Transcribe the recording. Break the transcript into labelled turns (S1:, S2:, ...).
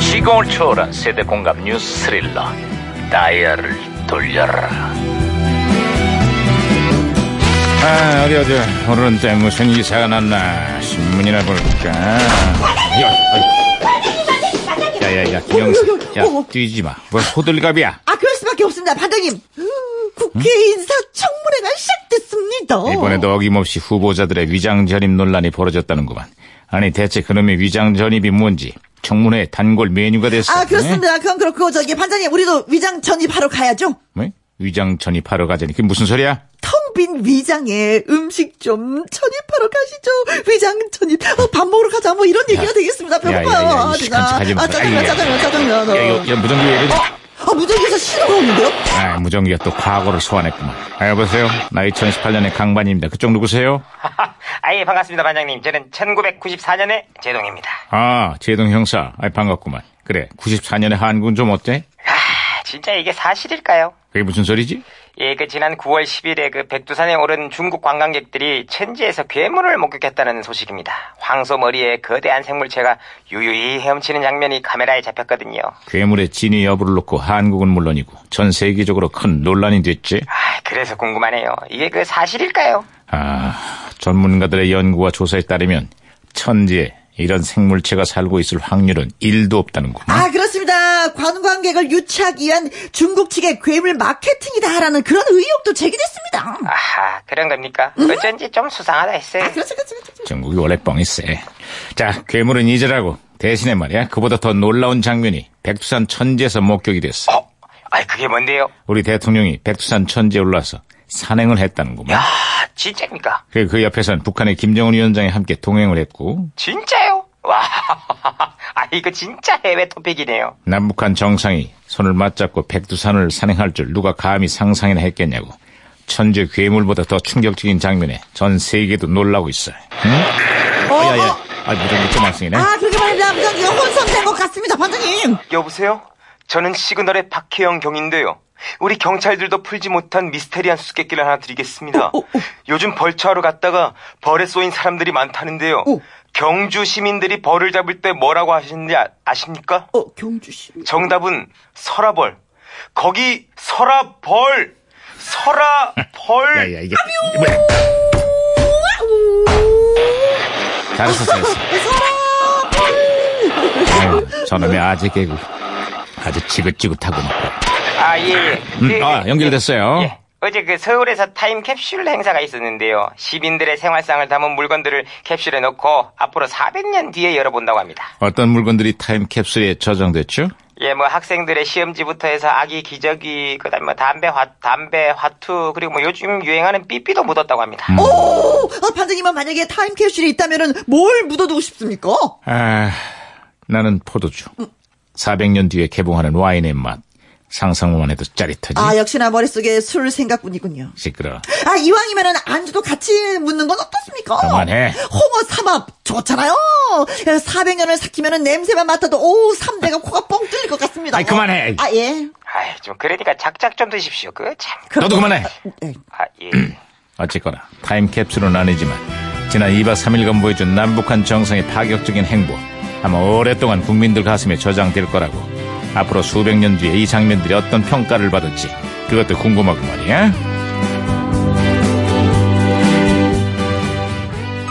S1: 시공을 초월한 세대 공감 뉴스 스릴러 다이얼을 돌려라
S2: 아, 어디, 어디. 오늘은 또 무슨 이사가 났나. 신문이나 볼까. 야, 아이. 야, 야, 야, 영수.
S3: 어,
S2: 야, 뛰지 마. 뭐 호들갑이야.
S3: 아, 그럴 수밖에 없습니다, 반장님. 국회 인사 청문회가 시작됐습니다.
S2: 이번에도 어김없이 후보자들의 위장 전입 논란이 벌어졌다는구만. 아니, 대체 그놈의 위장 전입이 뭔지. 청문회 단골 메뉴가 됐어. 네?
S3: 아, 그렇습니다. 그건 그렇고, 저기, 반장님, 우리도 위장 전입하러 가야죠.
S2: 뭐? 위장 전입하러 가자니. 그게 무슨 소리야?
S3: 텅 빈 위장에 음식 좀 전입하러 가시죠. 위장 전입. 어, 밥 먹으러 가자. 뭐 이런 얘기가 되겠습니다. 배고파요.
S2: 야, 야, 야,
S3: 아,
S2: 이 시간 차지 마.
S3: 아, 짜장면,
S2: 아이, 야.
S3: 짜장면, 짜장면. 어.
S2: 야, 이거, 야, 무전기 왜 이러지?
S3: 아, 무전기에서 신호가 오는데요?
S2: 아, 무전기가 또 과거를 소환했구만. 아, 여보세요? 나 2018년의 강반입니다. 그쪽 누구세요?
S4: 아예 반갑습니다 반장님 저는 1994년에 제동입니다
S2: 아, 제동 형사. 아이, 반갑구만. 그래, 94년에 한국은 좀 어때?
S4: 아 진짜 이게 사실일까요?
S2: 그게 무슨 소리지?
S4: 예 그 지난 9월 10일에 그 백두산에 오른 중국 관광객들이 천지에서 괴물을 목격했다는 소식입니다 황소 머리에 거대한 생물체가 유유히 헤엄치는 장면이 카메라에 잡혔거든요
S2: 괴물의 진위 여부를 놓고 한국은 물론이고 전 세계적으로 큰 논란이 됐지.
S4: 아 그래서 궁금하네요 이게 그 사실일까요?
S2: 아, 전문가들의 연구와 조사에 따르면 천지에 이런 생물체가 살고 있을 확률은 1도 없다는구만.
S3: 아, 그렇습니다. 관광객을 유치하기 위한 중국 측의 괴물 마케팅이다라는 그런 의혹도 제기됐습니다.
S4: 아하 그런 겁니까? 어쩐지 좀 수상하다 했어요
S3: 아, 그렇죠, 그렇죠, 그렇죠.
S2: 전국이 원래 뻥이 세. 자, 괴물은 잊으라고. 대신에 말이야, 그보다 더 놀라운 장면이 백두산 천지에서 목격이 됐어.
S4: 어? 아 그게 뭔데요?
S2: 우리 대통령이 백두산 천지에 올라서 산행을 했다는구만.
S4: 아 진짜입니까?
S2: 그, 그 옆에선 북한의 김정은 위원장이 함께 동행을 했고
S4: 진짜요? 와, 아 이거 진짜 해외 토픽이네요.
S2: 남북한 정상이 손을 맞잡고 백두산을 산행할 줄 누가 감히 상상이나 했겠냐고 천재 괴물보다 더 충격적인 장면에 전 세계도 놀라고 있어요.
S3: 어,
S2: 야야,
S3: 어.
S2: 아 무전기 좀 학생이네.
S3: 아, 그렇게 말입니다. 무전기가 혼선된 것 같습니다, 반장님.
S4: 여보세요? 저는 시그널의 박혜영 경인데요. 우리 경찰들도 풀지 못한 미스테리한 수수께끼를 하나 드리겠습니다.
S3: 오, 오, 오.
S4: 요즘 벌초하러 갔다가 벌에 쏘인 사람들이 많다는데요.
S3: 오.
S4: 경주 시민들이 벌을 잡을 때 뭐라고 하시는지 아, 십니까
S3: 어, 경주씨.
S4: 정답은 설아벌. 거기 설아벌! 설아벌!
S2: 야야 이게 뭐야? 잘했어 잘했어.
S3: 네,
S2: 아유, 저놈의 아재 개구 아주 지긋지긋하고 막.
S4: 아, 예, 예.
S2: 음,
S4: 그,
S2: 아 연결됐어요.
S4: 예. 어제 그 서울에서 타임 캡슐 행사가 있었는데요. 시민들의 생활상을 담은 물건들을 캡슐에 넣고 앞으로 400년 뒤에 열어본다고 합니다.
S2: 어떤 물건들이 타임캡슐에 저장됐죠?
S4: 예, 뭐 학생들의 시험지부터 해서 아기 기저귀, 그다음에 뭐 담배 화 담배 화투 그리고 뭐 요즘 유행하는 삐삐도 묻었다고 합니다.
S2: 음.
S3: 오, 아, 반장님은 만약에 타임캡슐이 있다면은 뭘 묻어두고 싶습니까?
S2: 아, 나는 포도주. 400년 뒤에 개봉하는 와인의 맛. 상상만 해도 짜릿하지.
S3: 아, 역시나 머릿속에 술 생각뿐이군요.
S2: 시끄러.
S3: 아, 이왕이면은 안주도 같이 묻는 건 어떻습니까?
S2: 그만해.
S3: 홍어 삼합 좋잖아요. 400년을 삭히면은 냄새만 맡아도 오, 삼대가 코가 뻥 뚫릴 것 같습니다.
S2: 아이, 그만해.
S3: 아, 예.
S4: 아이, 좀 그러니까 작작 좀 드십시오. 그 참.
S2: 너도 그만해.
S3: 예.
S4: 아, 예.
S2: 어쨌거나 타임캡슐은 아니지만 지난 2박 3일간 보여준 남북한 정상의 파격적인 행보. 아마 오랫동안 국민들 가슴에 저장될 거라고. 앞으로 수백 년 뒤에 이 장면들이 어떤 평가를 받을지 그것도 궁금하고 말이야.